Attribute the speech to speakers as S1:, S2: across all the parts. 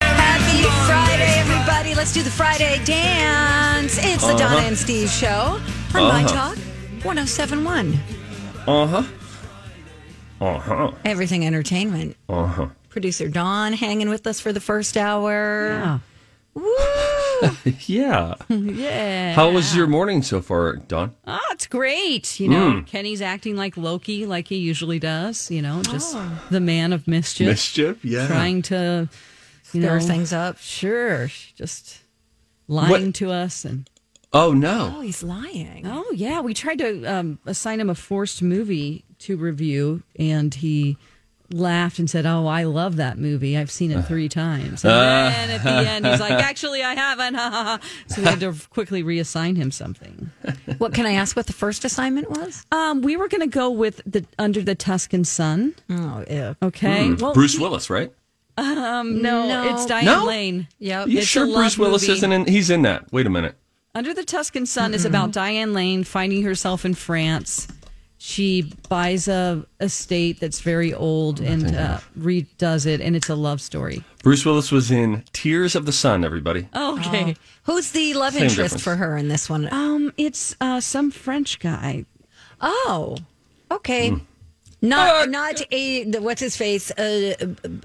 S1: Happy Friday, everybody. Let's do the Friday dance. It's the
S2: Uh-huh.
S1: Donna and Steve show on My Talk 1071.
S2: Uh huh. Uh huh.
S1: Everything Entertainment.
S2: Uh huh.
S1: Producer Dawn hanging with us for the first hour. Woo!
S2: Yeah.
S1: yeah.
S2: How was your morning so far, Don?
S3: Oh, it's great. You
S2: Hmm.
S3: know, Kenny's acting like Loki, like he usually does. You know, just the man of mischief,
S2: Mischief. Yeah.
S3: trying to, you
S1: Stir
S3: know,
S1: things up.
S3: Sure, just lying
S2: What-
S3: to us and.
S2: Oh no.
S1: Oh, he's lying.
S3: Oh yeah, we tried to um, assign him a forced movie to review, and he laughed and said, "Oh, I love that movie. I've seen it
S2: Uh-huh.
S3: three times." And then at the end, he's like, "Actually, I haven't." ha, ha, ha." so we had to quickly reassign him something.
S1: What can I ask what the first assignment was?
S3: Um, we were going to go with the Under the Tuscan Sun.
S1: Oh, ew.
S3: Okay. Well,
S2: Hmm. Bruce Willis, right?
S3: um, no,
S1: No.
S3: it's Diane
S2: No?
S3: Lane.
S1: Yep.
S2: You
S3: It's a
S2: sure
S3: love
S2: Bruce Willis
S3: movie.
S2: isn't in? He's in that. Wait a minute.
S3: Under the Tuscan Sun is about
S1: Mm-hmm.
S3: Diane Lane finding herself in France. She buys a estate that's very old and uh, redoes it, and it's a love story.
S2: Bruce Willis was in Tears of the Sun. Everybody.
S3: Oh,
S2: Oh.
S3: Okay.
S1: Who's the love
S2: Same
S1: interest
S2: difference.
S1: for her in this one?
S3: Um, it's uh, some French guy.
S1: Oh, okay.
S2: Hmm.
S1: Not not a the- what's his face uh,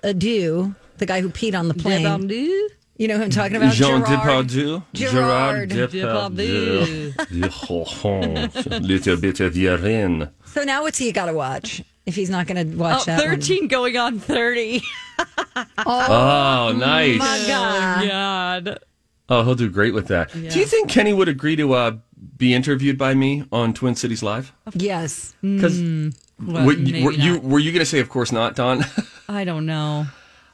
S1: Adieu, the guy who peed on the plane.
S3: Depardieu?
S1: you know who I'm talking about?
S2: Jean
S1: Gerard.
S2: Depardieu.
S1: Gerard
S2: Depardieu. Depardieu. Little bit of urine.
S1: So now what's he got to watch if he's not going to watch
S3: Oh,
S1: that? one?
S3: 13 going on 30.
S2: Oh, nice.
S1: My God.
S3: God.
S2: Oh, he'll do great with that. Do you think Kenny would agree to uh, be interviewed by me on Twin Cities Live?
S1: Yes.
S2: Because were, you-
S3: maybe
S2: were you
S3: not.
S2: were you going to say, of course not, Don?
S3: I don't know.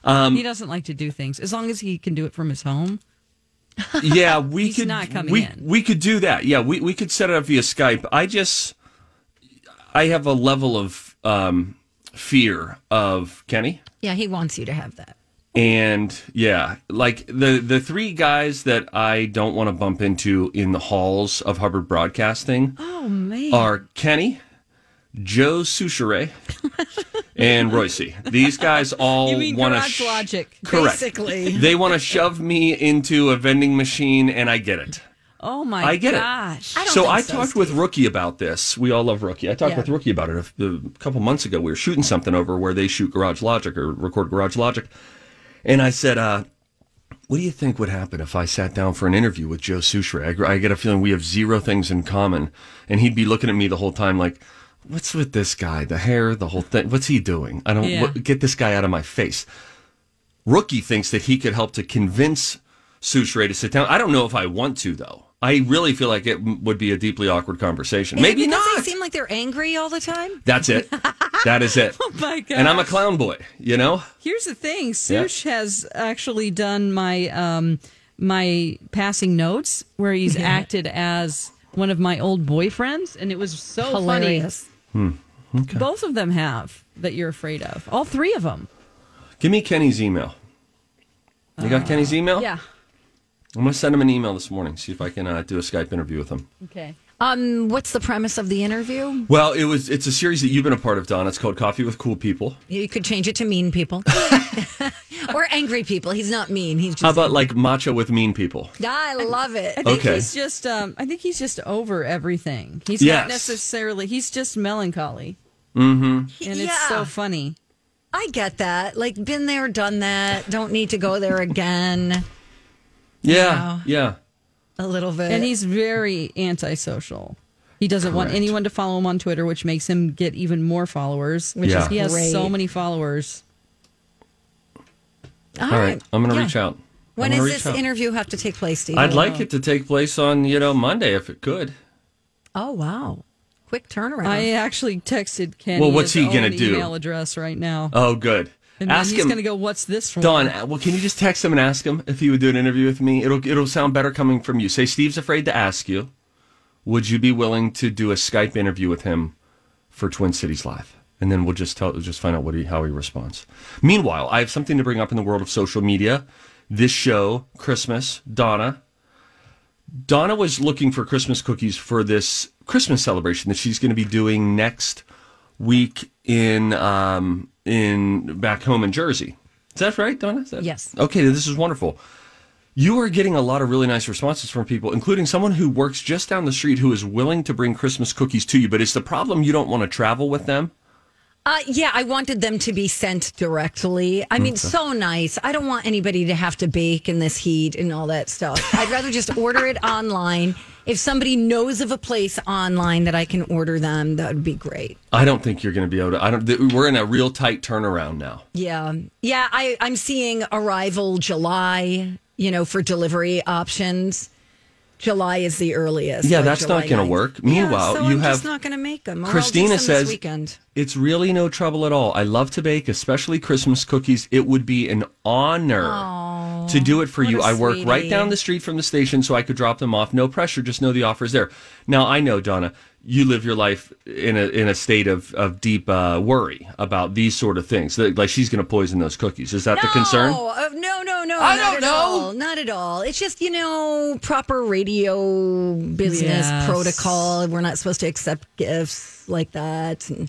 S2: Um,
S3: he doesn't like to do things as long as he can do it from his home.
S2: yeah, we
S3: He's
S2: could.
S3: not coming
S2: we
S3: in.
S2: we could do that. Yeah, we we could set it up via Skype. I just I have a level of um, fear of Kenny,
S1: Yeah, he wants you to have that.
S2: and yeah, like the the three guys that I don't want to bump into in the halls of Hubbard Broadcasting
S3: Oh, man.
S2: are Kenny. Joe Souchere and Royce. These guys all
S3: you mean
S2: want to
S3: Garage Logic.
S2: Correct.
S1: Basically.
S2: They want to shove me into a vending machine, and I get it.
S3: Oh, my
S2: I get
S3: gosh.
S2: it.
S1: don't
S2: so
S1: think
S2: I
S1: so,
S2: talked with Rookie about this. We all love Rookie. I talked with Rookie about it a, a couple months ago. We were shooting something over where they shoot Garage Logic or record Garage Logic, and I said, uh, "What do you think would happen if I sat down for an interview with Joe Sushre? I, gr- I get a feeling we have zero things in common, and he'd be looking at me the whole time like." What's with this guy? The hair, the whole thing. What's he doing? I don't
S3: Yeah.
S2: what, get this guy out of my face. Rookie thinks that he could help to convince Sushre to sit down. I don't know if I want to though. I really feel like it m- would be a deeply awkward conversation.
S1: Is it
S2: Maybe
S1: because
S2: not.
S1: They seem like they're angry all the time.
S2: That's it. That is it.
S3: Oh, my God.
S2: And I'm a clown boy, you know?
S3: Here's the thing, Sush has actually done my um my passing notes where he's acted as one of my old boyfriends and it was so
S1: Hilarious.
S2: Hmm.
S3: funny. Both of them have that you're afraid of. All three of them.
S2: Give me Kenny's email. You got Kenny's
S1: Uh,
S2: email?
S3: Yeah.
S2: I'm going to send him an email this morning, see if I can uh, do a Skype interview with him.
S3: Okay.
S1: Um, what's the premise of the interview?
S2: Well, it was it's a series that you've been a part of, Don. It's called Coffee with Cool People.
S1: You could change it to mean people or angry people. He's not mean. He's just.
S2: How about like matcha with mean people?
S1: I love it.
S3: I think
S2: Okay.
S3: he's just um I think he's just over everything. He's
S2: Yes.
S3: not necessarily he's just melancholy. Mm-hmm. And it's
S1: Yeah.
S3: so funny.
S1: I get that. Like, been there, done that. Don't need to go there again.
S2: Yeah,
S1: Wow.
S2: yeah.
S1: A little bit.
S3: And he's very antisocial. He doesn't want
S2: Correct.
S3: anyone to follow him on Twitter, which makes him get even more followers.
S1: Which
S2: Yeah.
S1: is
S3: He has
S1: great.
S3: so many followers.
S2: All right, I'm going to
S1: Yeah.
S2: reach out.
S1: When does
S2: I'm gonna
S1: this
S2: reach out.
S1: interview have to take place, Steve?
S2: I'd like it to take place on you know Monday if it could.
S1: Oh wow, quick turnaround.
S3: I actually texted Kenny.
S2: Well, what's
S3: his
S2: he gonna
S3: own
S2: do?
S3: Email address right now.
S2: Oh, good.
S3: and then
S2: Ask
S3: he's
S2: him.
S3: going to go. What's this for?
S2: Don, well, can you just text him and ask him if he would do an interview with me? It'll it'll sound better coming from you. Say Steve's afraid to ask you. Would you be willing to do a Skype interview with him for Twin Cities Live? And then we'll just tell just find out what he how he responds. Meanwhile, I have something to bring up in the world of social media. This show, Christmas, Donna. Donna was looking for Christmas cookies for this Christmas celebration that she's going to be doing next week in um, in back home in Jersey. Is that right, Donna? Is that-
S1: Yes.
S2: Okay, this is wonderful. You are getting a lot of really nice responses from people, including someone who works just down the street who is willing to bring Christmas cookies to you. But it's the problem you don't want to travel with them.
S1: Uh, yeah, I wanted them to be sent directly. I mean,
S2: Mm.
S1: so nice. I don't want anybody to have to bake in this heat and all that stuff. I'd rather just order it online. If somebody knows of a place online that I can order them, that would be great.
S2: I don't think you're going to be able to. I don't. th- We're in a real tight turnaround now.
S1: Yeah. Yeah, I, I'm seeing arrival July, you know, for delivery options. July is the earliest.
S2: Yeah,
S1: like
S2: that's not
S1: July
S2: gonna
S1: 9th.
S2: work.
S1: Yeah,
S2: Meanwhile,
S1: so
S2: you
S1: I'm
S2: have-
S1: just not going to make them. Or I'll do
S2: Christina
S1: some
S2: says
S1: this weekend.
S2: it's really no trouble at all. I love to bake, especially Christmas cookies. It would be an honor to do it for you.
S1: a
S2: I work right
S1: sweetie.
S2: down the street from the station, so I could drop them off. No pressure. Just know the offer is there. Now I know, Donna, you live your life in a in a state of of deep uh, worry about these sort of things. Like like she's going to poison those cookies. Is that the concern?
S1: No, uh, no, no, no.
S2: I
S1: not
S2: don't
S1: at
S2: know.
S1: all, Not at all. It's just you know proper radio business
S3: Yes.
S1: protocol. We're not supposed to accept gifts like that, and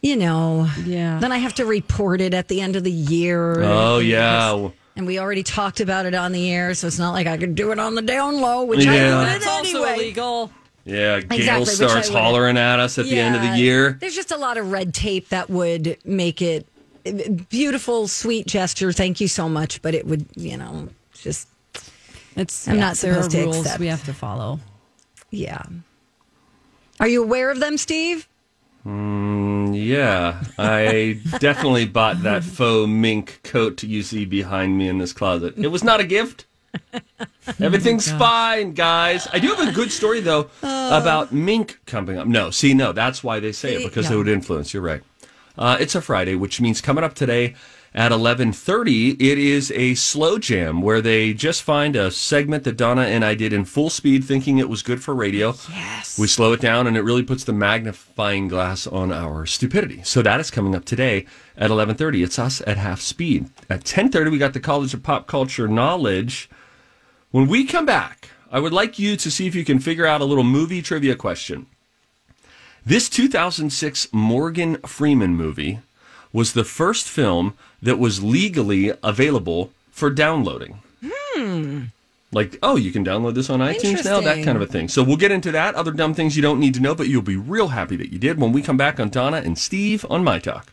S1: you know.
S3: Yeah.
S1: Then I have to report it at the end of the year.
S2: Oh yeah.
S1: And we already talked about it on the air, so it's not like I could do it on the down low, which I
S2: Yeah.
S1: would
S3: That's also
S1: anyway.
S3: illegal.
S2: Yeah, Gail
S1: Exactly, which I
S2: starts
S1: wouldn't.
S2: hollering at us at the end of
S1: Yeah.
S2: the year.
S1: There's just a lot of red tape that would make it beautiful, sweet gesture. Thank you so much, but it would, you know, just
S3: It's
S1: I'm
S3: yeah,
S1: not
S3: there are
S1: supposed to
S3: rules
S1: accept.
S3: we have to follow.
S1: yeah. Are you aware of them, Steve?
S2: Yeah, I definitely bought that faux mink coat you see behind me in this closet. It was not a gift. Everything's fine, guys. I do have a good story though about mink coming up. No, see, no, that's why they say it because it would influence. You're right. Uh, it's a Friday, which means coming up today at 11:30, it is a slow jam where they just find a segment that Donna and I did in full speed, thinking it was good for radio. Yes, we slow it down, and it really puts the magnifying glass on our stupidity. So that is coming up today at 11:30. It's us at half speed. At 10:30, we got the College of Pop Culture Knowledge. When we come back, I would like you to see if you can figure out a little movie trivia question. This 2006 Morgan Freeman movie was the first film that was legally available for downloading. Hmm. Like, oh, you can download this on iTunes now, that kind of a thing. So we'll get into that, other dumb things you don't need to know, but you'll be real happy that you did when we come back on Donna and Steve on My Talk.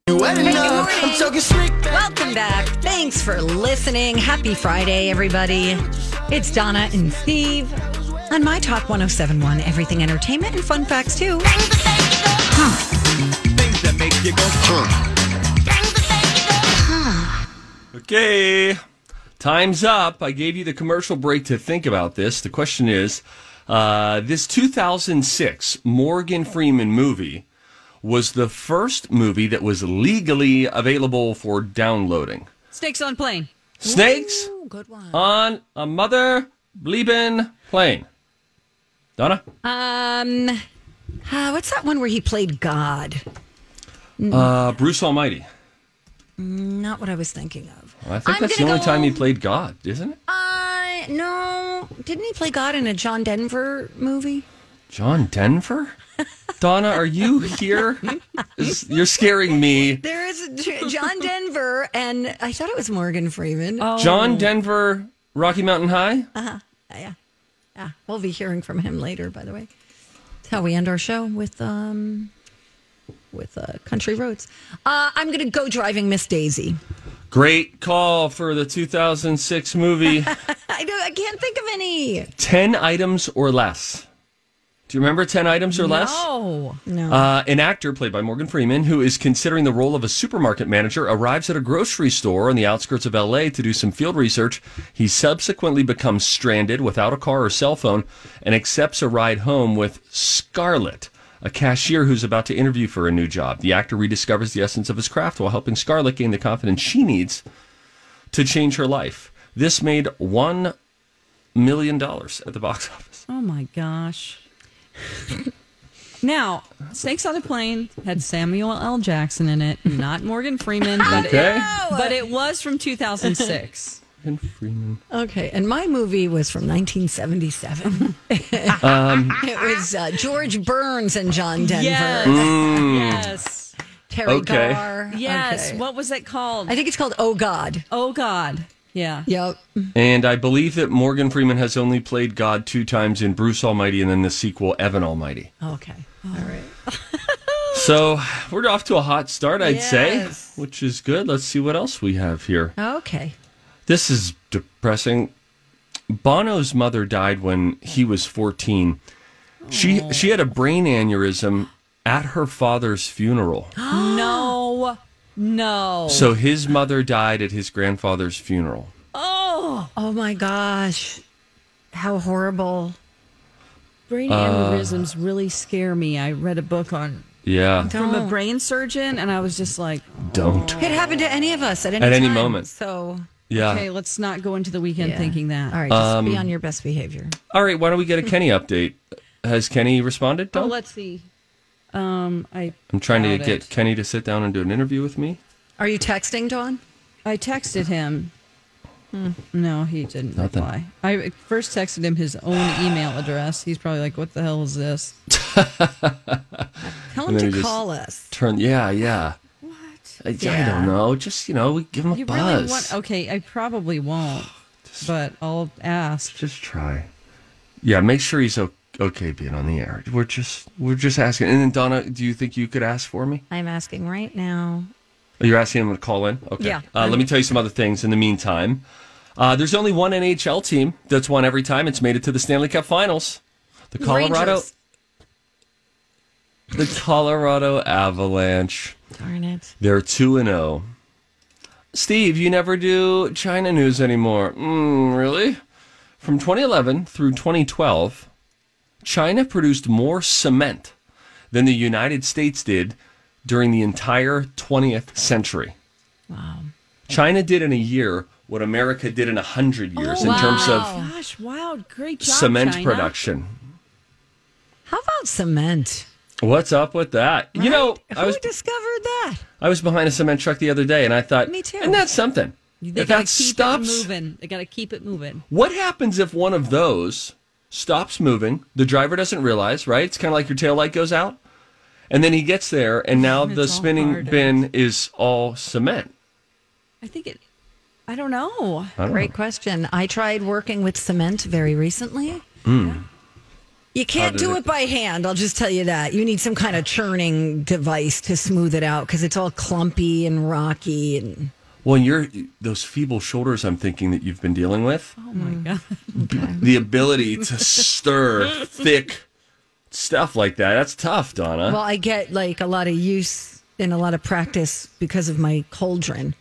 S1: Hey, good morning. Welcome back. Thanks for listening. Happy Friday, everybody. It's Donna and Steve oh on My Talk 1071 Everything Entertainment and Fun Facts, too. Huh.
S4: make you go.
S2: Okay. Time's up. I gave you the commercial break to think about this. The question is uh, this 2006 Morgan Freeman movie was the first movie that was legally available for downloading.
S3: Snakes on plane.
S2: Snakes
S1: Ooh, good one.
S2: on a mother bleepin' plane. Donna?
S1: Um, uh, what's that one where he played God? Mm.
S2: Uh, Bruce Almighty.
S1: Not what I was thinking of.
S2: I think
S1: I'm
S2: that's the
S1: gonna
S2: only
S1: go-
S2: time he played God, isn't it?
S1: Uh, no, didn't he play God in a John Denver movie?
S2: John Denver? Donna, are you here? This- You're scaring me.
S1: There is a J- John Denver, and I thought it was Morgan Freeman. Oh,
S2: John Denver, Rocky Mountain High?
S1: yeah. We'll be hearing from him later, by the way. That's how we end our show with um with uh, country roads. Uh, I'm gonna go driving Miss Daisy.
S2: Great call for the 2006 movie,
S1: I don't, I can't think of any.
S2: 10 items or less. Do you remember 10 items or less?
S3: Oh,
S2: Uh, an actor played by Morgan Freeman, who is considering the role of a supermarket manager, arrives at a grocery store on the outskirts of LA to do some field research. He subsequently becomes stranded without a car or cell phone and accepts a ride home with Scarlett, a cashier who's about to interview for a new job. The actor rediscovers the essence of his craft while helping Scarlett gain the confidence she needs to change her life. This made $1 million at the box office.
S3: oh my gosh. now, Snakes on a Plane had Samuel L. Jackson in it, not Morgan Freeman, but,
S2: Okay.
S3: it, but it was from 2006.
S2: Morgan Freeman.
S1: Okay, and my movie was from 1977. it was uh, George Burns and John Denver.
S3: yes. Yes.
S1: Terry
S2: Okay.
S1: Garr.
S3: Yes.
S1: Okay.
S3: What was it called?
S1: I think it's called Oh God.
S3: oh, God. Yeah.
S1: Yep.
S2: And I believe that Morgan Freeman has only played God two times in Bruce Almighty and then the sequel, Evan Almighty.
S1: Okay. All right.
S2: So we're off to a hot start, I'd
S1: Yes.
S2: say, which is good. Let's see what else we have here.
S1: Okay.
S2: This is depressing. Bono's mother died when he was 14. She, she had a brain aneurysm at her father's funeral.
S3: No. No.
S2: So his mother died at his grandfather's funeral.
S3: Oh.
S1: Oh my gosh. How horrible.
S3: Brain aneurysms really scare me. I read a book on
S2: Yeah.
S3: from a brain surgeon, and I was just like,
S2: Don't.
S1: It happened to any of us at any
S2: At any
S1: time,
S2: moment.
S1: So
S2: Yeah.
S3: okay, let's not go into the weekend
S1: yeah.
S3: thinking that.
S1: All right, just be on your best behavior.
S2: All right. Why don't we get a Kenny update? Has Kenny responded?
S3: Oh,
S2: Don?
S3: let's see. Um, I
S2: I'm trying to
S3: doubt
S2: get
S3: it.
S2: Kenny to sit down and do an interview with me.
S1: Are you texting, Dawn?
S3: I texted him. Hmm. No, he didn't
S2: Nothing.
S3: reply. I first texted him his own email address. He's probably like, "What the hell is this?"
S1: Tell
S2: And
S1: him
S2: then
S1: to
S2: he just-
S1: call us.
S2: Turn, yeah, yeah. What? I, I don't know. Just you know, we give him a
S3: You
S2: buzz.
S3: really want? Okay, I probably won't, but I'll ask.
S2: Just try. Yeah, make sure he's o- okay being on the air. We're just we're just asking. And then Donna, do you think you could ask for me?
S1: I'm asking right now.
S2: Oh, You're asking him to call in? Okay.
S1: Yeah.
S2: Uh, let me tell you some other things in the meantime. Uh, there's only one NHL team that's won every time it's made it to the Stanley Cup Finals. The Colorado
S1: Rangers.
S2: the Colorado Avalanche.
S1: Darn it.
S2: They're 2 and 0. Steve, you never do China news anymore. Mm, really? From 2011 through 2012, China produced more cement than the United States did during the entire 20th century.
S1: Wow.
S2: China did in a year what America did in 100 years in terms of
S3: Gosh, wow, great job,
S2: cement
S3: China.
S2: production.
S1: How about cement?
S2: What's up with that? You know,
S1: Right?
S2: Oh, I
S1: who
S2: was
S1: discovered that?
S2: I was behind a cement truck the other day and I thought,
S1: Me too.
S2: Isn't that something?
S3: They
S2: If
S3: gotta
S2: that
S3: keep
S2: stops,
S3: it moving. They gotta keep it moving.
S2: What happens if one of those stops moving? The driver doesn't realize, right? It's kind of like your taillight goes out. And then he gets there, and now the
S3: It's all
S2: spinning
S3: hard.
S2: bin is all cement.
S3: I think it. I don't know.
S2: I don't
S1: Great question. I tried working with cement very recently. You can't
S2: did
S1: do
S2: it-
S1: it? by hand. I'll just tell you that. You need some kind of churning device to smooth it out because it's all clumpy and rocky. And
S2: Well, you're those feeble shoulders. I'm thinking that you've been dealing with.
S3: Oh my god.
S2: The ability to stir thick stuff like that. That's tough, Donna.
S1: well, I get like a lot of use and a lot of practice because of my cauldron.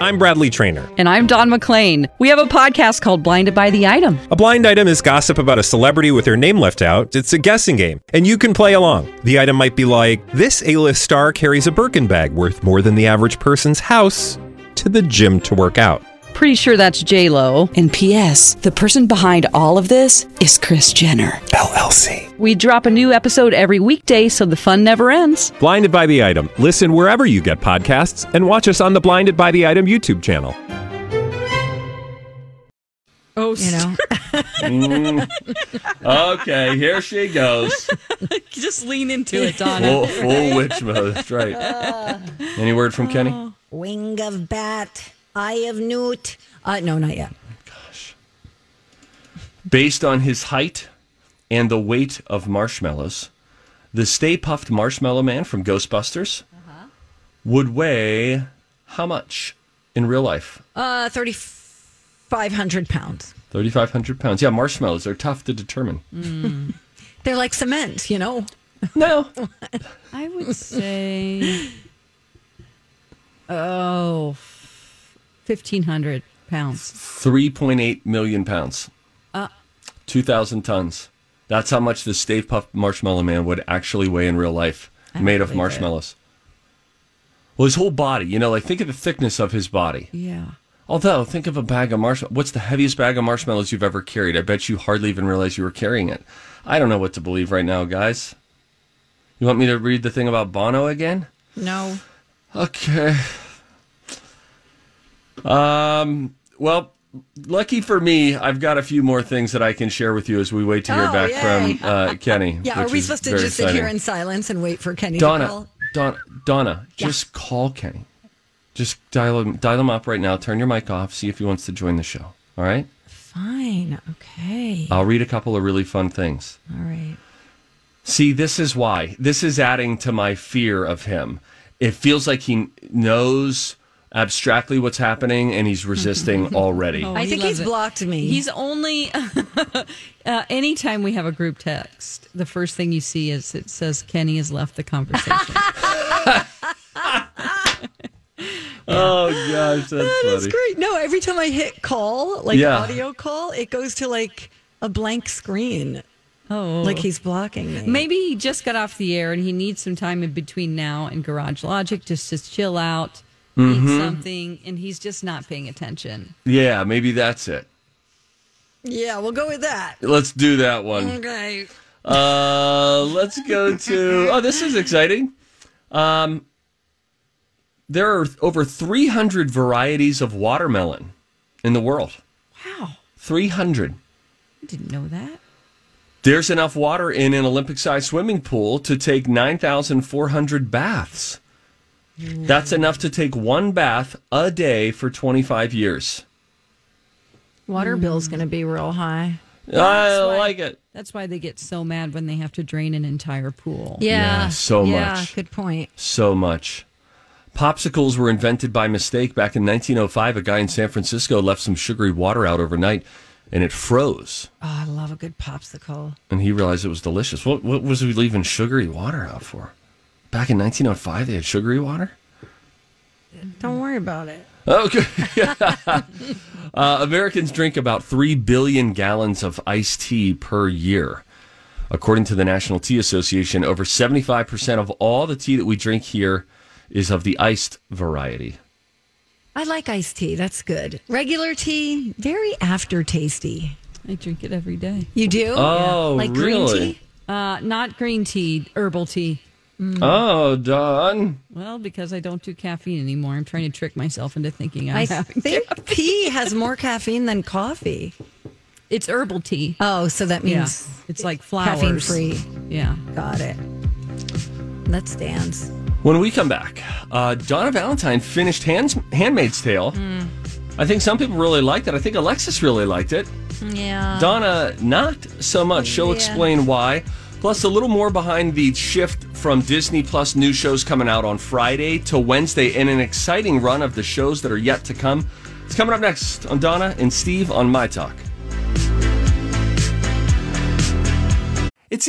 S4: I'm Bradley Trainer.
S3: And I'm Don McClain. We have a podcast called Blinded by the Item.
S4: A blind item is gossip about a celebrity with their name left out. It's a guessing game, and you can play along. The item might be like this: A-list star carries a Birkin bag worth more than the average person's house to the gym to work out.
S3: Pretty sure that's J Lo.
S5: And P.S. The person behind all of this is Chris Jenner
S4: LLC.
S3: We drop a new episode every weekday, so the fun never ends.
S4: Blinded by the item. Listen wherever you get podcasts, and watch us on the Blinded by the Item YouTube channel.
S3: Oh,
S1: You know,
S2: Okay, here she goes.
S3: just lean into it, Donna.
S2: Full, full witch mode. That's right. Any word from
S3: Oh.
S2: Kenny?
S1: wing of bat, eye of newt. Uh, no, not yet.
S2: Based on his height and the weight of marshmallows, the Stay Puffed Marshmallow Man from Ghostbusters would weigh how much in real life?
S1: Uh, thirty five hundred pounds.
S2: 3,500 pounds. Yeah, marshmallows are tough to determine.
S1: They're like cement, you know.
S2: No.
S3: I would say, oh, 1,500 pounds.
S2: 3.8 million pounds. 2,000 tons. That's how much the Stay Puft Marshmallow Man would actually weigh in real life, made of marshmallows. Well, his whole body, you know, like think of the thickness of his body.
S3: Yeah.
S2: Although, think of a bag of marshmallows. What's the heaviest bag of marshmallows you've ever carried? I bet you hardly even realized you were carrying it. I don't know what to believe right now, guys. You want me to read the thing about Bono again?
S1: No.
S2: Okay. Um. Well, lucky for me, I've got a few more things that I can share with you as we wait to hear
S1: Oh,
S2: back
S1: yay.
S2: from uh, Kenny.
S1: Yeah,
S2: which
S1: are we
S2: is
S1: supposed to
S2: very
S1: just sit here
S2: exciting.
S1: in silence and wait for Kenny to
S2: Donna,
S1: call?
S2: Donna, Donna, just call Kenny. Just dial him, dial him up right now. Turn your mic off. See if he wants to join the show. All right.
S1: Fine. Okay.
S2: I'll read a couple of really fun things.
S1: All right.
S2: See, this is why. This is adding to my fear of him. It feels like he knows abstractly what's happening and he's resisting already.
S3: Oh,
S1: I
S3: he
S1: think
S3: loves
S1: he's
S3: it.
S1: blocked me.
S3: He's only uh, anytime we have a group text, the first thing you see is it says Kenny has left the conversation.
S2: Oh gosh, that's
S1: That's
S2: funny.
S1: great. No, every time I hit call, like
S2: Yeah.
S1: audio call, it goes to like a blank screen.
S3: oh,
S1: Like he's blocking me.
S3: maybe he just got off the air and he needs some time in between now and Garage Logic just to chill out, eat something, and he's just not paying attention.
S2: Yeah, maybe that's it.
S1: Yeah, we'll go with that.
S2: Let's do that one.
S1: Okay.
S2: Uh, let's go to. Oh, this is exciting. Um, there are over 300 varieties of watermelon in the world.
S3: Wow,
S2: 300.
S3: I didn't know that.
S2: There's enough water in an Olympic sized swimming pool to take 9,400 baths. That's enough to take one bath a day for 25 years.
S1: Water bill's going to be real high.
S2: I like it.
S3: That's why they get so mad when they have to drain an entire pool.
S2: Yeah, so
S1: yeah,
S2: much.
S1: Good point.
S2: so much. Popsicles were invented by mistake back in 1905. A guy in San Francisco left some sugary water out overnight and it froze.
S1: Oh, I love a good popsicle.
S2: And he realized it was delicious. What, what was he leaving sugary water out for? Back in 1905, they had sugary water?
S1: Don't worry about it.
S2: Okay. uh, Americans drink about 3 billion gallons of iced tea per year. According to the National Tea Association, over 75% of all the tea that we drink here is of the iced variety.
S1: I like iced tea. That's good. Regular tea, very aftertasty.
S3: I drink it every day.
S1: You do?
S2: Oh,
S1: Like
S2: really?
S1: green tea?
S3: Uh, not green tea, herbal tea.
S2: Oh, Don.
S3: Well, because I don't do caffeine anymore, I'm trying to trick myself into thinking I'm
S1: I
S3: having
S1: think tea has more caffeine than coffee.
S3: it's herbal tea.
S1: Oh, so that
S3: Yeah,
S1: means
S3: it's like flowers.
S1: caffeine free.
S3: Yeah.
S1: Got it. Let's dance.
S2: When we come back, uh, Donna Valentine finished Hands- Handmaid's Tale. I think some people really liked it. I think Alexis really liked it.
S1: Yeah.
S2: Donna, not so much. She'll explain why. Plus, a little more behind the shift from Disney Plus new shows coming out on Friday to Wednesday and an exciting run of the shows that are yet to come. It's coming up next on Donna and Steve on My Talk. It's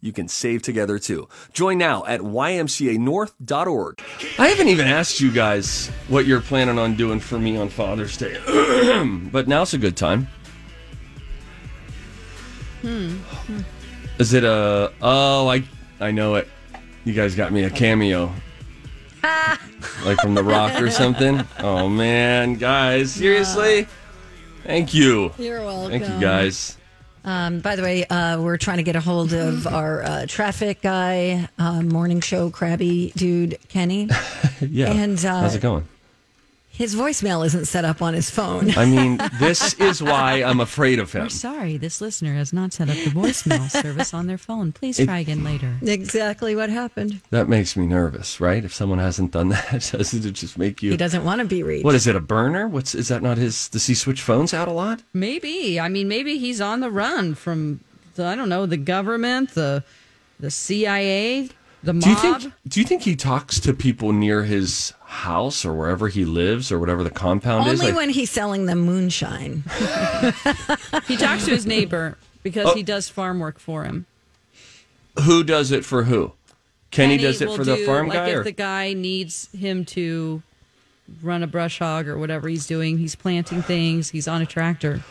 S2: you can save together too. Join now at ymcanorth.org. I haven't even asked you guys what you're planning on doing for me on Father's Day, but now's a good time.
S1: Hmm.
S2: Is it a? Oh, I I know it. You guys got me a cameo, like from The Rock or something. Oh man, guys, seriously, thank you,
S1: You're welcome.
S2: thank you guys.
S1: Um, by the way, uh, we're trying to get a hold of our uh, traffic guy, uh, morning show crabby dude, Kenny.
S2: Yeah,
S1: And, uh,
S2: how's it going?
S1: His voicemail isn't set up on his phone.
S2: I mean, this is why I'm afraid of him.
S3: We're sorry, this listener has not set up the voicemail service on their phone. Please try again later.
S1: exactly what happened.
S2: That makes me nervous, right? If someone hasn't done that, doesn't it just make
S1: He
S2: you?
S1: doesn't want to be reached.
S2: What is it? A burner? What's is that? Not his? Does he switch phones out a lot?
S3: Maybe. I mean, maybe he's on the run from the, I don't know the government, the the CIA, the mob.
S2: Do you think? Do you think he talks to people near his house or wherever he lives or whatever the compound
S1: Only
S2: is? Like,
S1: when he's selling them moonshine.
S3: He talks to his neighbor because
S2: Oh.
S3: he does farm work for him.
S2: who does it for who? Kenny,
S3: And
S2: does it
S3: will
S2: for the
S3: do,
S2: farm
S3: like
S2: guy,
S3: If
S2: or
S3: the guy needs him to run a brush hog or whatever he's doing, he's planting things. He's on a tractor.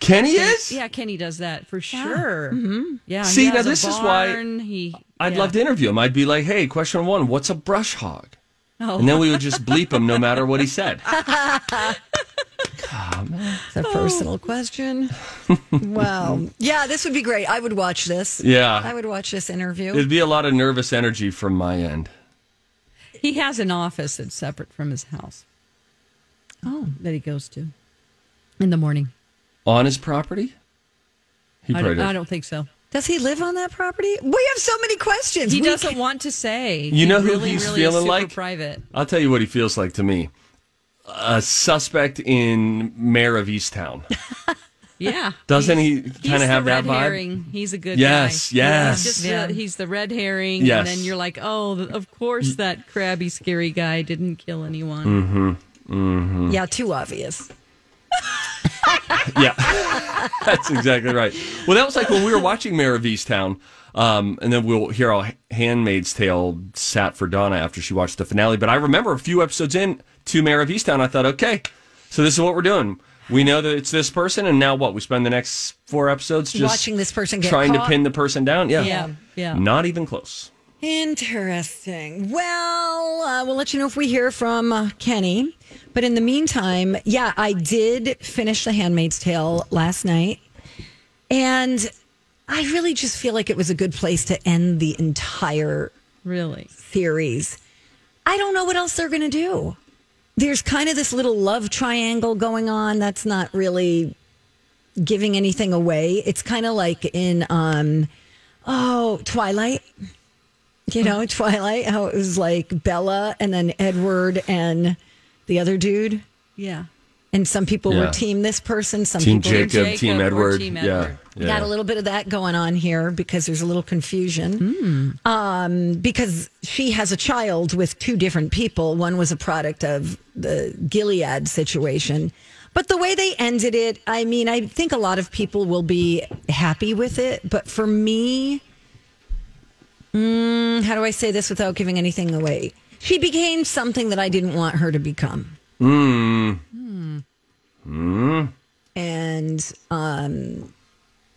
S2: Kenny is?
S3: Yeah, Kenny does that for sure. Yeah. he
S2: Mm-hmm. See, now
S3: has a
S2: this is why
S3: barn, he.
S2: I'd
S3: yeah.
S2: love to interview him. I'd be like, hey, question one, what's a brush hog?
S3: Oh.
S2: And then we would just bleep him no matter what he said.
S1: It's a personal question. Oh. wow. Yeah, this would be great. I would watch this.
S2: Yeah.
S1: I would watch this interview.
S2: It'd be a lot of nervous energy from my end.
S3: He has an office that's separate from his house. Oh, that he goes to in the morning.
S2: On his property? He
S3: I
S2: probably
S3: don't,
S2: does.
S3: I don't think so.
S1: Does he live on that property? We have so many questions.
S3: He
S1: We
S3: doesn't want to say.
S2: You
S3: He
S2: know who
S3: really,
S2: he's
S3: really is
S2: feeling
S3: super
S2: like?
S3: Private.
S2: I'll tell you what he feels like to me. A suspect in mayor of Easttown.
S3: Yeah.
S2: Doesn't he
S3: He's-
S2: kinda
S3: he's the
S2: have that
S3: red
S2: vibe?
S3: Herring. He's a good
S2: Yes,
S3: guy. Yeah,
S2: yes.
S3: He's, just the-
S1: Yeah.
S3: he's the red herring.
S2: Yes. Mm.
S3: And then you're like, oh, th- of course that crabby, scary guy didn't kill anyone.
S1: Yeah, too obvious.
S2: yeah. That's exactly right. Well, that was like when we were watching Mayor of Easttown. Um, and then we'll hear how Handmaid's Tale sat for Donna after she watched the finale. But I remember a few episodes in to Mayor of Easttown, I thought, okay, so this is what we're doing. We know that it's this person, and now what? We spend the next four episodes just
S1: Watching this person get
S2: trying
S1: caught.
S2: to pin the person down. Yeah,
S3: Yeah, yeah.
S2: not even close.
S1: Interesting. Well, uh, we'll let you know if we hear from uh, Kenny. But in the meantime, yeah, I did finish The Handmaid's Tale last night. And I really just feel like it was a good place to end the entire
S3: Really?
S1: theories. I don't know what else they're going to do. There's kind of this little love triangle going on that's not really giving anything away. It's kind of like in um oh, Twilight. You
S2: Mm.
S1: know, Twilight, how it was like Bella and then Edward and the other dude.
S3: Yeah.
S1: And some people
S2: Yeah.
S1: were team this person, some
S2: Team
S1: people
S2: Jacob,
S3: Jacob
S2: Team
S3: or
S2: Edward.
S3: Team Edward.
S2: Yeah, yeah.
S1: Got a little bit of that going on here because there's a little confusion. Um, because she has a child with two different people. One was a product of the Gilead situation. But the way they ended it, I mean, I think a lot of people will be happy with it. But for me, mm, how do I say this without giving anything away? She became something that I didn't want her to become. Hmm. and um,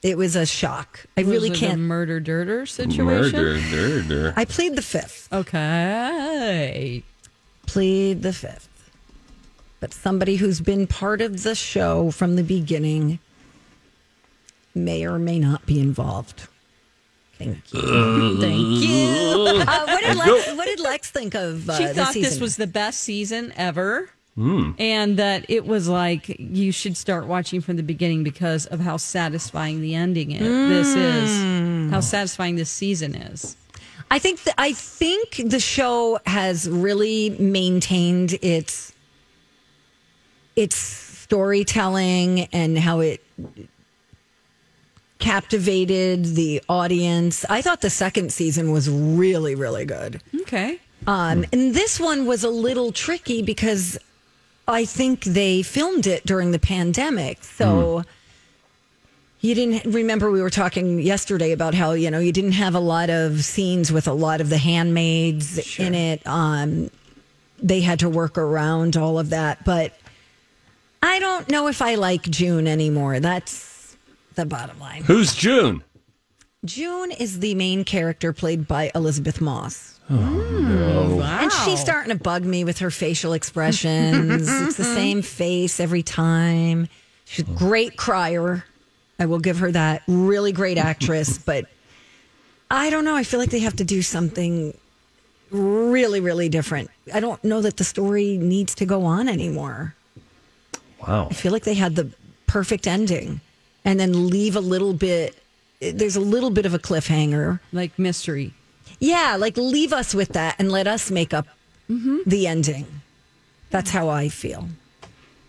S1: it was a shock. I really
S3: Was it
S1: can't.
S3: A murder dirter situation?
S2: Murder, murder.
S1: I plead the fifth.
S3: Okay.
S1: Plead the fifth. But somebody who's been part of the show from the beginning may or may not be involved. Thank you. Thank you. Uh, what, did Lex, what did Lex think of uh,
S3: She
S1: this
S3: thought
S1: season?
S3: this was the best season ever. And that it was like you should start watching from the beginning because of how satisfying the ending is. This is how satisfying this season is.
S1: I think th- I think the show has really maintained its its storytelling and how it captivated the audience. I thought the second season was really, really good.
S3: Okay.
S1: Um, and this one was a little tricky because I think they filmed it during the pandemic. So you didn't remember we were talking yesterday about how, you know, you didn't have a lot of scenes with a lot of the handmaids in it. Um, they had to work around all of that. But I don't know if I like June anymore. That's the bottom line.
S2: Who's June?
S1: June is the main character played by Elizabeth Moss. Mm,
S3: Wow.
S1: And she's starting to bug me with her facial expressions. it's the same face every time. She's a great crier. I will give her that. Really great actress, but I don't know. I feel like they have to do something really, really different. I don't know that the story needs to go on anymore.
S2: Wow.
S1: I feel like they had the perfect ending and then leave a little bit. There's a little bit of a cliffhanger.
S3: Like mystery.
S1: Yeah, like leave us with that and let us make up the ending. That's how I feel.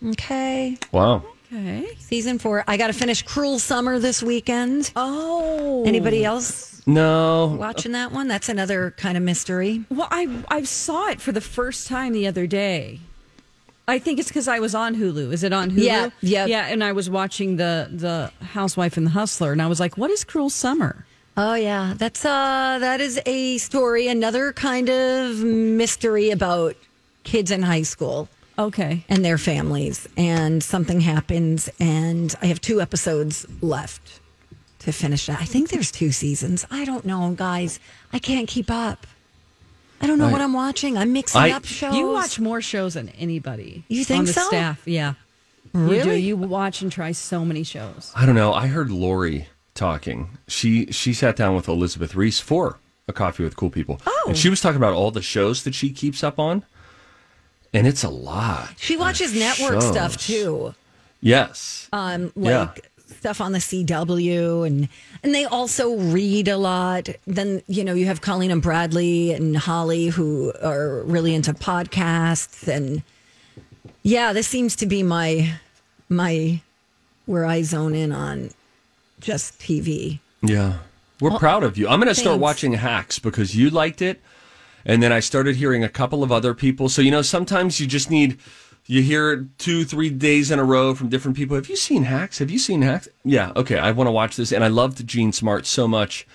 S1: Okay.
S2: Wow.
S3: Okay.
S1: Season four. I got to finish Cruel Summer this weekend.
S3: Oh.
S1: Anybody else
S2: No.
S1: watching that one? That's another kind of mystery.
S3: Well, I I saw it for the first time the other day. I think it's because I was on Hulu. Is it on Hulu?
S1: Yeah, yeah.
S3: yeah. And I was watching the the Housewife and the Hustler, and I was like, "What is Cruel Summer?"
S1: Oh yeah, that's uh that is a story, another kind of mystery about kids in high school.
S3: Okay.
S1: and their families and something happens and i have two episodes left to finish that i think there's two seasons i don't know guys i can't keep up i don't know what i'm watching i'm mixing
S2: I-
S1: up shows
S3: You watch more shows than anybody.
S1: Oh, You
S3: on
S1: think
S3: the
S1: so?
S3: Staff, yeah. You do.
S1: Really?
S3: You watch and try so many shows.
S2: I don't know. I heard Lori talking. She she sat down with Elizabeth Reese for a coffee with cool people. Oh. And she was talking about all the shows that she keeps up on. And it's a lot.
S1: she
S2: of
S1: watches network
S2: shows.
S1: stuff too
S2: Yes.
S1: um
S2: Yeah.
S1: like stuff on the cw and and they also read a lot then you know you have colleen and bradley and holly who are really into podcasts and yeah this seems to be my my where i zone in on just tv
S2: Yeah. We're proud of you. I'm going to start
S1: thanks.
S2: watching Hacks because you liked it. And then I started hearing a couple of other people. So, you know, sometimes you just need, you hear it two, three days in a row from different people. Have you seen Hacks? Have you seen Hacks? Yeah. Okay. I want to watch this. And I loved Gene Smart so much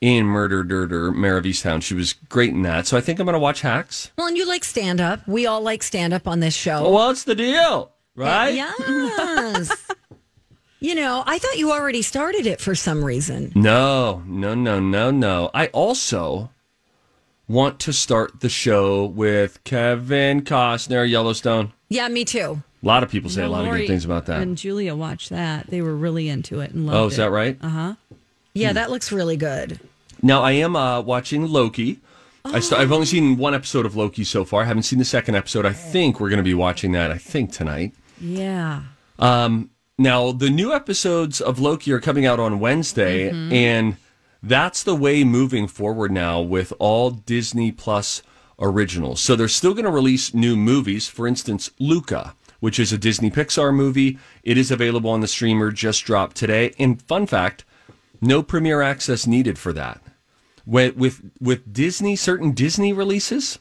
S2: in Murder, Dirter, Mayor of Easttown. She was great in that. So I think I'm going to watch Hacks.
S1: well and you like stand up we all like stand up on this show
S2: Well, what's the deal? Right?
S1: yes you know i thought you already started it for some reason
S2: No, no, no, no, no. I also want to start the show with Kevin Costner, Yellowstone.
S1: yeah me too
S2: A lot of people say a lot of
S3: Lori
S2: good things about that.
S3: And Julia watched that. They were really into it and loved it.
S2: Oh, is that right?
S3: Uh-huh.
S1: yeah that looks really good
S2: Now I am uh, watching Loki. I st- I've only
S3: Oh.
S2: seen one episode of Loki so far. I haven't seen the second episode. I think we're going to be watching that. I think tonight.
S3: Yeah.
S2: Now, the new episodes of Loki are coming out on Wednesday, and that's the way moving forward now with all Disney Plus originals. So they're still going to release new movies. For instance, Luca, which is a Disney Pixar movie, it is available on the streamer, just dropped today. And fun fact no premiere access needed for that. With, with, with Disney, certain Disney releases,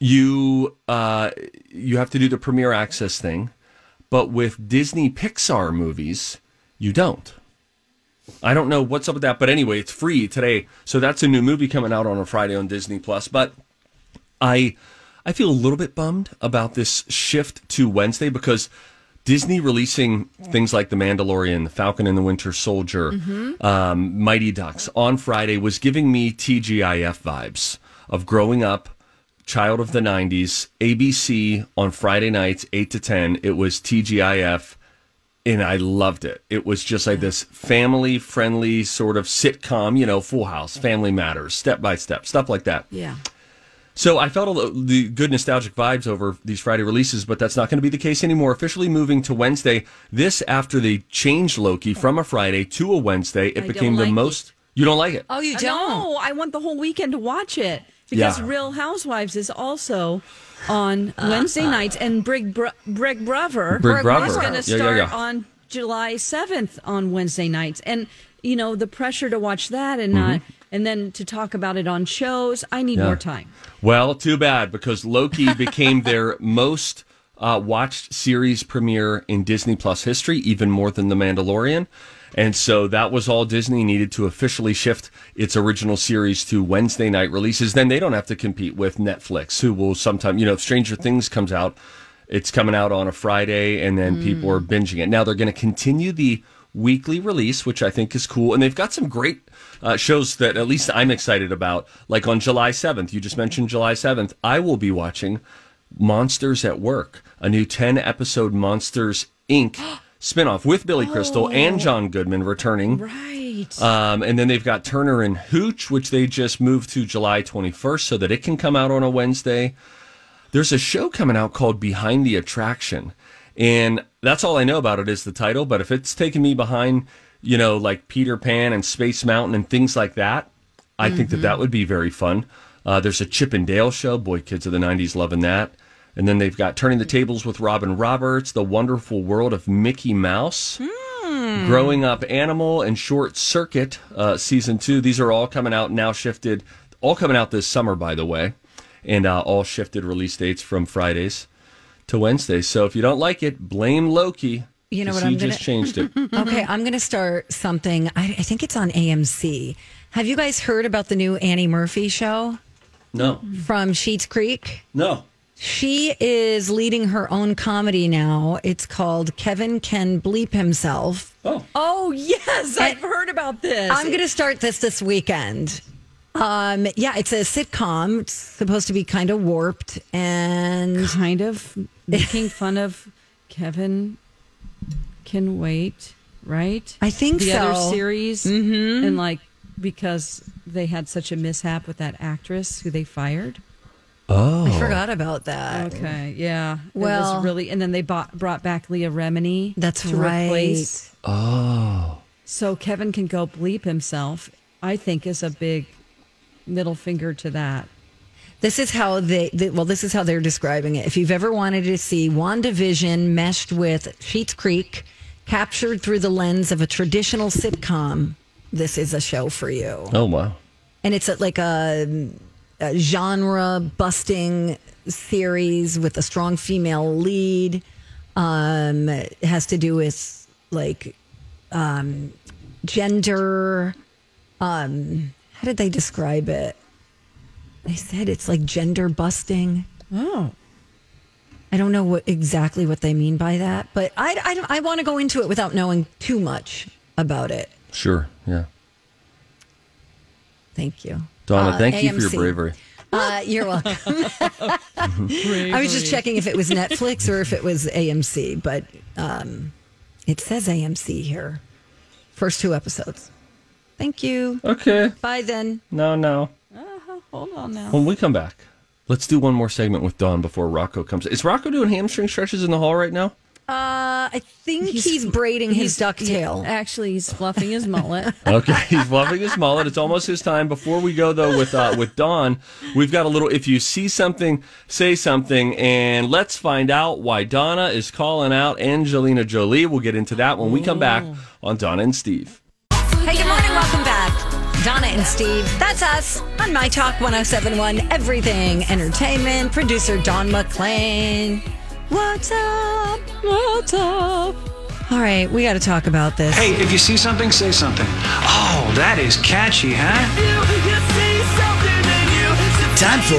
S2: you uh, you have to do the premiere access thing, but with Disney Pixar movies, you don't. I don't know what's up with that, but anyway, it's free today. So that's a new movie coming out on a Friday on Disney Plus. But I I feel a little bit bummed about this shift to Wednesday because Disney releasing things like The Mandalorian, The Falcon and the Winter Soldier, um, Mighty Ducks on Friday was giving me TGIF vibes of growing up, child of the 90s, ABC on Friday nights, 8 to 10. It was TGIF and I loved it. It was just like this family friendly sort of sitcom, you know, Full House, Family Matters, Step by Step, stuff like that.
S3: Yeah.
S2: So I felt a, lo- the good nostalgic vibes over these Friday releases, but that's not going to be the case anymore. Officially moving to Wednesday. This after they changed Loki from a Friday to a Wednesday. It
S3: I
S2: became
S3: don't
S2: the
S3: like
S2: most. You don't like it?
S1: oh you
S3: No, I want the whole weekend to watch it. because
S2: Yeah. Uh-huh.
S3: Real Housewives is also on Wednesday nights, and Brig Br- Brig Brother
S2: Big Brother.
S3: is going to
S2: Yeah,
S3: start
S2: yeah, yeah.
S3: on July seventh on Wednesday nights, and you know the pressure to watch that and
S2: Mm-hmm.
S3: not, and then to talk about it on shows. I need more time.
S2: Well, too bad because Loki became their most uh, watched series premiere in Disney Plus history, even more than The Mandalorian. And so that was all Disney needed to officially shift its original series to Wednesday night releases. Then they don't have to compete with Netflix, who will sometimes, you know, if Stranger Things comes out, it's coming out on a Friday and then people are binging it. Now they're going to continue the weekly release, which I think is cool. And they've got some great uh, shows that at least I'm excited about. Like on July 7th, you just mentioned July 7th, I will be watching Monsters at Work, a new 10 episode Monsters Inc. spinoff with Billy Crystal and John Goodman returning.
S3: Right.
S2: Um, and then they've got Turner and Hooch, which they just moved to July 21st so that it can come out on a Wednesday. There's a show coming out called Behind the Attraction. And that's all I know about it is the title. But if it's taking me behind, you know, like Peter Pan and Space Mountain and things like that, I think that
S1: Mm-hmm.
S2: that would be very fun. Uh, there's a Chip and Dale show. Boy, kids of the 90s loving that. And then they've got Turning the Tables with Robin Roberts, The Wonderful World of Mickey Mouse.
S1: Hmm.
S2: Growing Up Animal and Short Circuit uh, season two. These are all coming out now, shifted, all coming out this summer, by the way, and uh, all shifted release dates from Fridays to Wednesdays. So if you don't like it, blame Loki.
S1: You know
S2: 'cause
S1: what I'm
S2: he just
S1: gonna-
S2: changed it.
S1: Okay, I'm going to start something. I, I think it's on AMC. Have you guys heard about the new Annie Murphy show
S2: No,
S1: from Sheets Creek?
S2: no.
S1: She is leading her own comedy now. It's called Kevin Can Bleep Himself.
S3: Oh yes, I've heard about this.
S1: I'm going to start this this weekend. Um, yeah, it's a sitcom. It's supposed to be kind of warped and
S3: kind of making fun of Kevin can wait, right?
S1: I think
S3: the other
S1: so. Mm-hmm.
S3: series and like because they had such a mishap with that actress who they fired.
S2: Oh.
S1: I forgot about that.
S3: Okay, yeah. it
S1: Well-
S3: was really and then they bought, brought back Leah Remini
S1: That's
S3: to
S1: right.
S3: replace. Oh. So Kevin can go bleep himself. I think is a big middle finger to that.
S1: This is how they, they well, this is how they're describing it. If you've ever wanted to see WandaVision meshed with Sheets Creek, captured through the lens of a traditional sitcom, this is a show for you.
S2: Oh wow.
S1: And it's a, like a, a genre busting series with a strong female lead. Um, it has to do with like um, gender. Um, how did they describe it? They said it's like gender busting.
S3: Oh.
S1: I don't know what exactly what they mean by that, but I I, don't- I want to go into it without knowing too much about it.
S2: Sure. Yeah.
S1: Thank you,
S2: Donna,
S1: Uh,
S2: thank you for your
S1: AMC.
S2: bravery.
S1: Uh, you're welcome. I was just checking if it was Netflix or if it was AMC, but um, it says AMC here. First two episodes. Thank you.
S2: Okay.
S1: Bye then.
S2: No, no.
S3: Hold on now.
S2: When we come back, let's do one more segment with Dawn before Rocco comes. Is Rocco doing hamstring stretches in the hall right now?
S1: Uh, I think he's, braiding his ducktail.
S3: Actually, he's fluffing his mullet.
S2: Okay, he's loving his mullet. It's almost his time. Before we go though, with uh, with Dawn, we've got a little. If you see something, say something, and let's find out why Donna is calling out Angelina Jolie. We'll get into that when we come back on Donna and Steve.
S1: Hey, good morning. Welcome back. Donna and Steve, that's us on My Talk 1071 Everything Entertainment. Producer Don McClain. What's up? What's up? All right, we got to talk about this.
S6: Hey, if you see something, say something. Oh, that is catchy, huh?
S7: Time for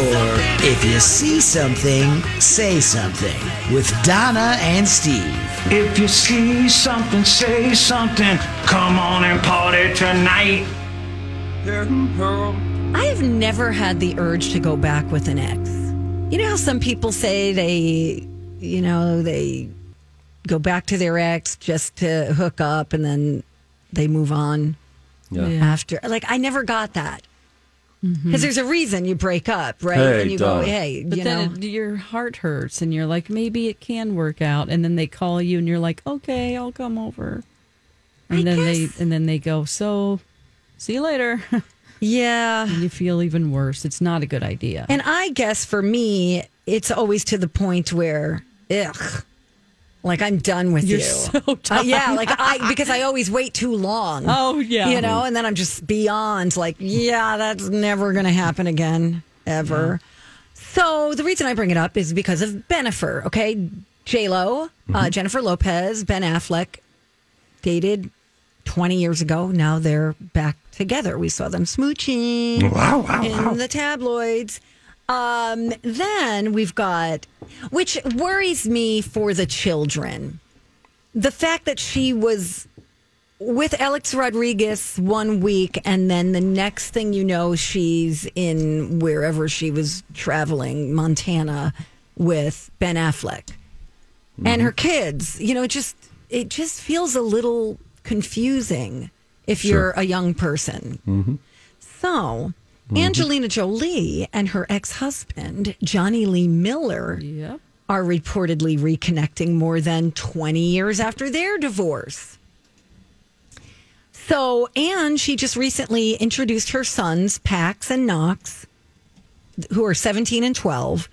S7: If You See Something, Say Something with Donna and Steve.
S6: If you see something, say something. Come on and party tonight.
S1: I have never had the urge to go back with an ex. You know how some people say they, you know, they go back to their ex just to hook up and then they move on after. Like, I never got that. Because there's a reason you break up, right?
S2: Hey,
S1: and you
S2: Donna.
S1: go, hey,
S3: Mm-hmm. But
S1: you know.
S3: then it, your heart hurts, and you're like, maybe it can work out. And then they call you, and you're like, okay, I'll come over. And then they and then they go, so see you later.
S1: Yeah.
S3: You feel even worse. It's not a good idea.
S1: And I guess for me, it's always to the point where, ugh, like I'm done with
S3: You're
S1: you.
S3: so
S1: Uh, yeah,
S3: done.
S1: like I because I always wait too long.
S3: Oh, yeah.
S1: you know, and then I'm just beyond like, yeah, that's never going to happen again ever. So the reason I bring it up is because of Benifer. Okay, J Lo,
S3: Mm-hmm.
S1: uh, Jennifer Lopez, Ben Affleck dated 20 years ago. Now they're back together. We saw them smooching
S2: Wow, wow,
S1: in
S2: wow.
S1: the tabloids. Um, then we've got, which worries me for the children, the fact that she was with Alex Rodriguez one week, and then the next thing you know, she's in wherever she was traveling, Montana, with Ben Affleck and
S2: Mm-hmm.
S1: her kids. You know, it just it just feels a little confusing if you're a young person. So, Angelina Jolie and her ex husband, Johnny Lee Miller,
S3: Yep.
S1: are reportedly reconnecting more than 20 years after their divorce. So, and she just recently introduced her sons, Pax and Knox, who are 17 and 12,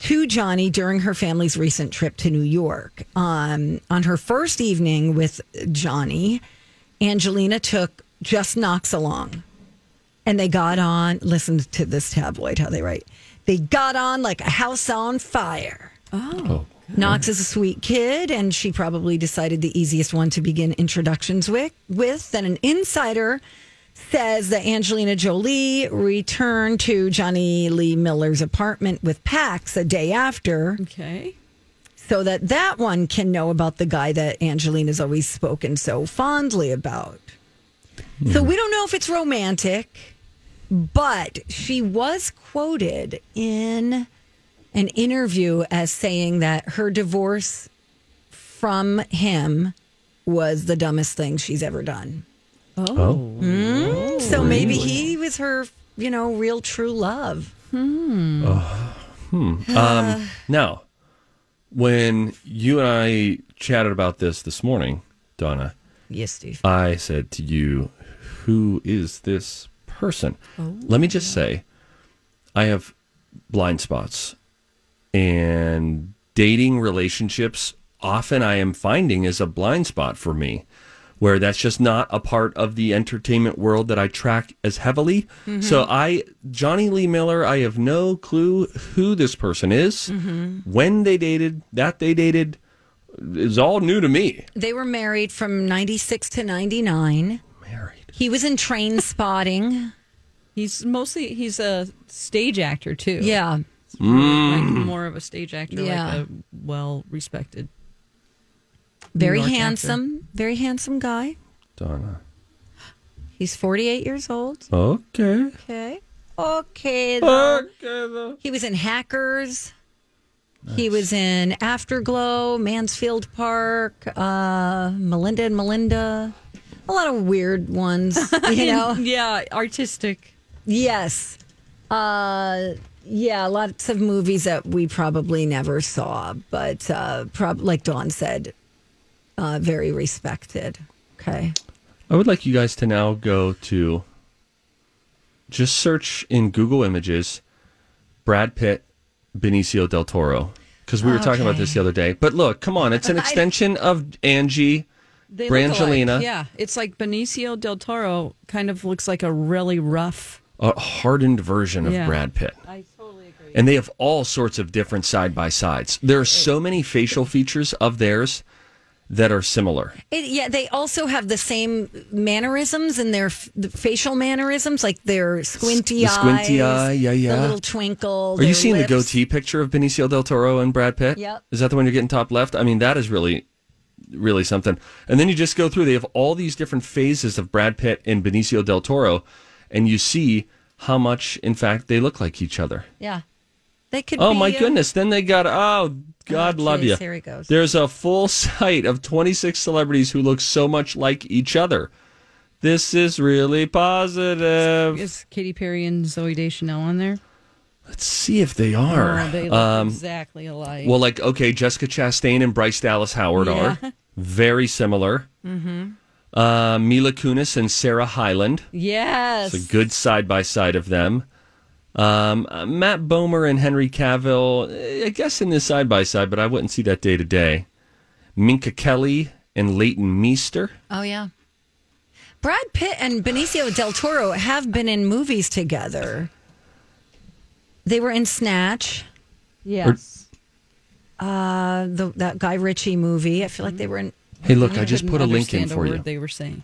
S1: to Johnny during her family's recent trip to New York. Um, on her first evening with Johnny, Angelina took just Knox along and they got on. Listen to this tabloid how they write. They got on like a house on fire.
S2: Oh.
S1: Knox is a sweet kid, and she probably decided the easiest one to begin introductions with. With then an insider says that Angelina Jolie returned to Johnny Lee Miller's apartment with Pax a day after,
S3: Okay.
S1: so that that one can know about the guy that Angelina's always spoken so fondly about. So we don't know if it's romantic, but she was quoted in an interview as saying that her divorce from him was the dumbest thing she's ever done. Hmm?
S3: Oh.
S1: So maybe he was her, you know, real true love.
S2: Now, when you and I chatted about this this morning, Donna,
S1: Yes, Steve.
S2: I said to you, Who is this person? Let me just say, I have blind spots and dating relationships. Often I am finding is a blind spot for me where that's just not a part of the entertainment world that I track as heavily. So I, Johnny Lee Miller, I have no clue who this person is, when they dated, that they dated. Is all new to me.
S1: They were married from 96 to 99.
S2: Married.
S1: He was in train spotting.
S3: He's mostly he's a stage actor too.
S1: Yeah.
S3: Like
S2: Mm.
S3: more of a stage actor,
S1: Yeah.
S3: like a well respected.
S1: Very
S3: York actor.
S1: handsome. Very handsome guy.
S2: Donna.
S1: He's 48 years old.
S2: Okay.
S1: Okay. Okay.
S2: Okay,
S1: though. He was in Hackers. He was in Afterglow, Mansfield Park, uh, Melinda and Melinda. A lot of weird ones, you know?
S3: Yeah, artistic.
S1: Yes. Uh yeah, lots of movies that we probably never saw, but uh prob- like Dawn said, uh very respected. Okay.
S2: I would like you guys to now go to just search in Google Images Brad Pitt, Benicio del Toro. Because we were talking about this the other day. But look, come on, it's an extension of Angie.
S3: They
S2: For
S3: look alike.
S2: Angelina.
S3: Yeah, it's like Benicio del Toro kind of looks like a really rough.
S2: a hardened version of
S3: Yeah.
S2: Brad Pitt. I totally agree. And they have all sorts of different side by sides. There are so many facial features of theirs that are similar.
S1: It, yeah, they also have the same mannerisms and their f- the facial mannerisms, like their squinty
S2: the squinty
S1: eyes,
S2: eye, yeah, yeah.
S1: the little twinkle.
S2: Are you
S1: their
S2: seeing
S1: lips.
S2: the goatee picture of Benicio del Toro and Brad Pitt?
S1: Yep.
S2: Is that the one you're getting top left? I mean, that is really, really something. And then you just go through. They have all these different phases of Brad Pitt and Benicio del Toro, and you see how much, in fact, they look like each other.
S1: Yeah, they could.
S2: Oh
S1: be,
S2: my
S1: uh,
S2: goodness! Then they got oh God
S1: Oh,
S2: love
S1: geez,
S2: you.
S1: here he goes.
S2: There's a full site of 26 celebrities who look so much like each other. This is really positive.
S3: Is Katy Perry and Zoe Deschanel on there?
S2: Let's see if they are.
S3: Oh, they look
S2: um,
S3: exactly alike.
S2: well,
S3: Mm-hmm.
S2: like okay, Jessica Chastain and Bryce Dallas Howard are very similar. Uh, Mila Kunis and Sarah Hyland.
S3: Yes.
S2: It's a good side by side of them. Um, uh, Matt Bomer and Henry Cavill, eh, I guess in this side by side, but I wouldn't see that day to day. Minka Kelly and Leighton Meester.
S1: Oh yeah. Brad Pitt and Benicio del Toro have been in movies together. They were in Snatch,
S3: Yes.
S1: uh, the, that Guy Ritchie movie. I feel like they were in.
S2: Hey, look, I, just
S3: couldn't
S2: put a link in
S3: understand
S2: for
S3: word
S2: you.
S3: They were saying.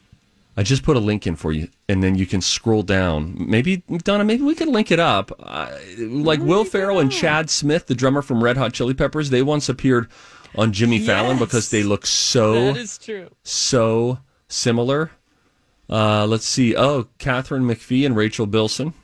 S2: I just put a link in for you, and then you can scroll down. Maybe Donna, maybe we can link it up. Uh,
S3: Oh
S2: like Will Ferrell and Chad Smith, the drummer from Red Hot Chili Peppers, they once appeared on Jimmy Fallon because they look so
S3: true.
S2: so similar. Uh, let's see. Oh, Catherine McPhee and Rachel Bilson.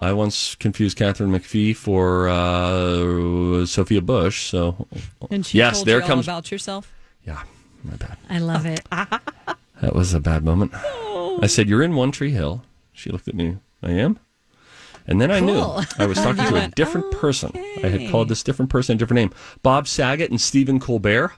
S2: I once confused Catherine McPhee for uh, Sophia Bush. So,
S3: And she
S2: Yes,
S3: told
S2: there
S3: you
S2: comes-
S3: all about yourself.
S2: yeah, my bad.
S1: I love it.
S2: That was a bad moment. I said, You're in One Tree Hill. She looked at me, I am. And then I
S1: Cool.
S2: knew I was talking to a different person. I had called this different person a different name. Bob Saget and Stephen Colbert,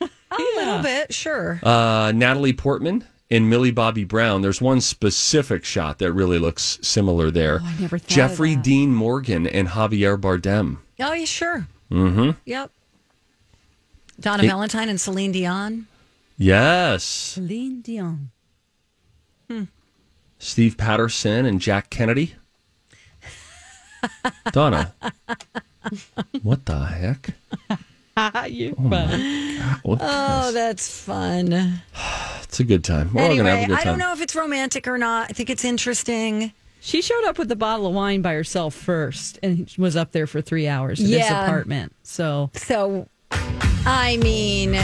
S1: A little bit, Eh, sure.
S2: uh, Natalie Portman, and Millie Bobby Brown. There's one specific shot that really looks similar there.
S3: Oh, I never thought of
S2: Jeffrey
S3: that.
S2: Dean Morgan and Javier Bardem.
S1: oh yeah, sure. Mm-hmm. Yep. Donna Valentine and Celine Dion.
S2: Yes.
S3: Celine Dion.
S2: Steve Patterson and Jack Kennedy. Donna. what the heck? Oh
S3: you funny.
S2: What
S1: Oh, that's fun.
S2: It's a good time. We're all gonna have
S1: anyway,
S2: a good time.
S1: I don't know if it's romantic or not. I think it's interesting.
S3: She showed up with a bottle of wine by herself first and was up there for three hours in his
S1: Yeah.
S3: apartment. So
S1: So, I mean,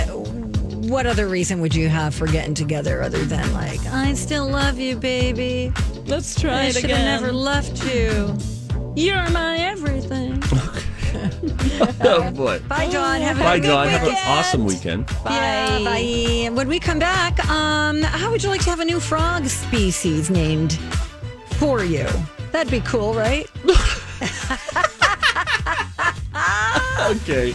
S1: what other reason would you have for getting together other than like, I still love you, baby.
S3: let's try
S1: I should have never left you. You're my everything.
S2: Oh boy.
S1: Bye, John. Have a
S2: Bye,
S1: good
S2: John. Have an
S1: weekend.
S2: awesome weekend.
S1: Yeah, bye. When we come back, um, how would you like to have a new frog species named for you? That'd be cool, right?
S2: Okay.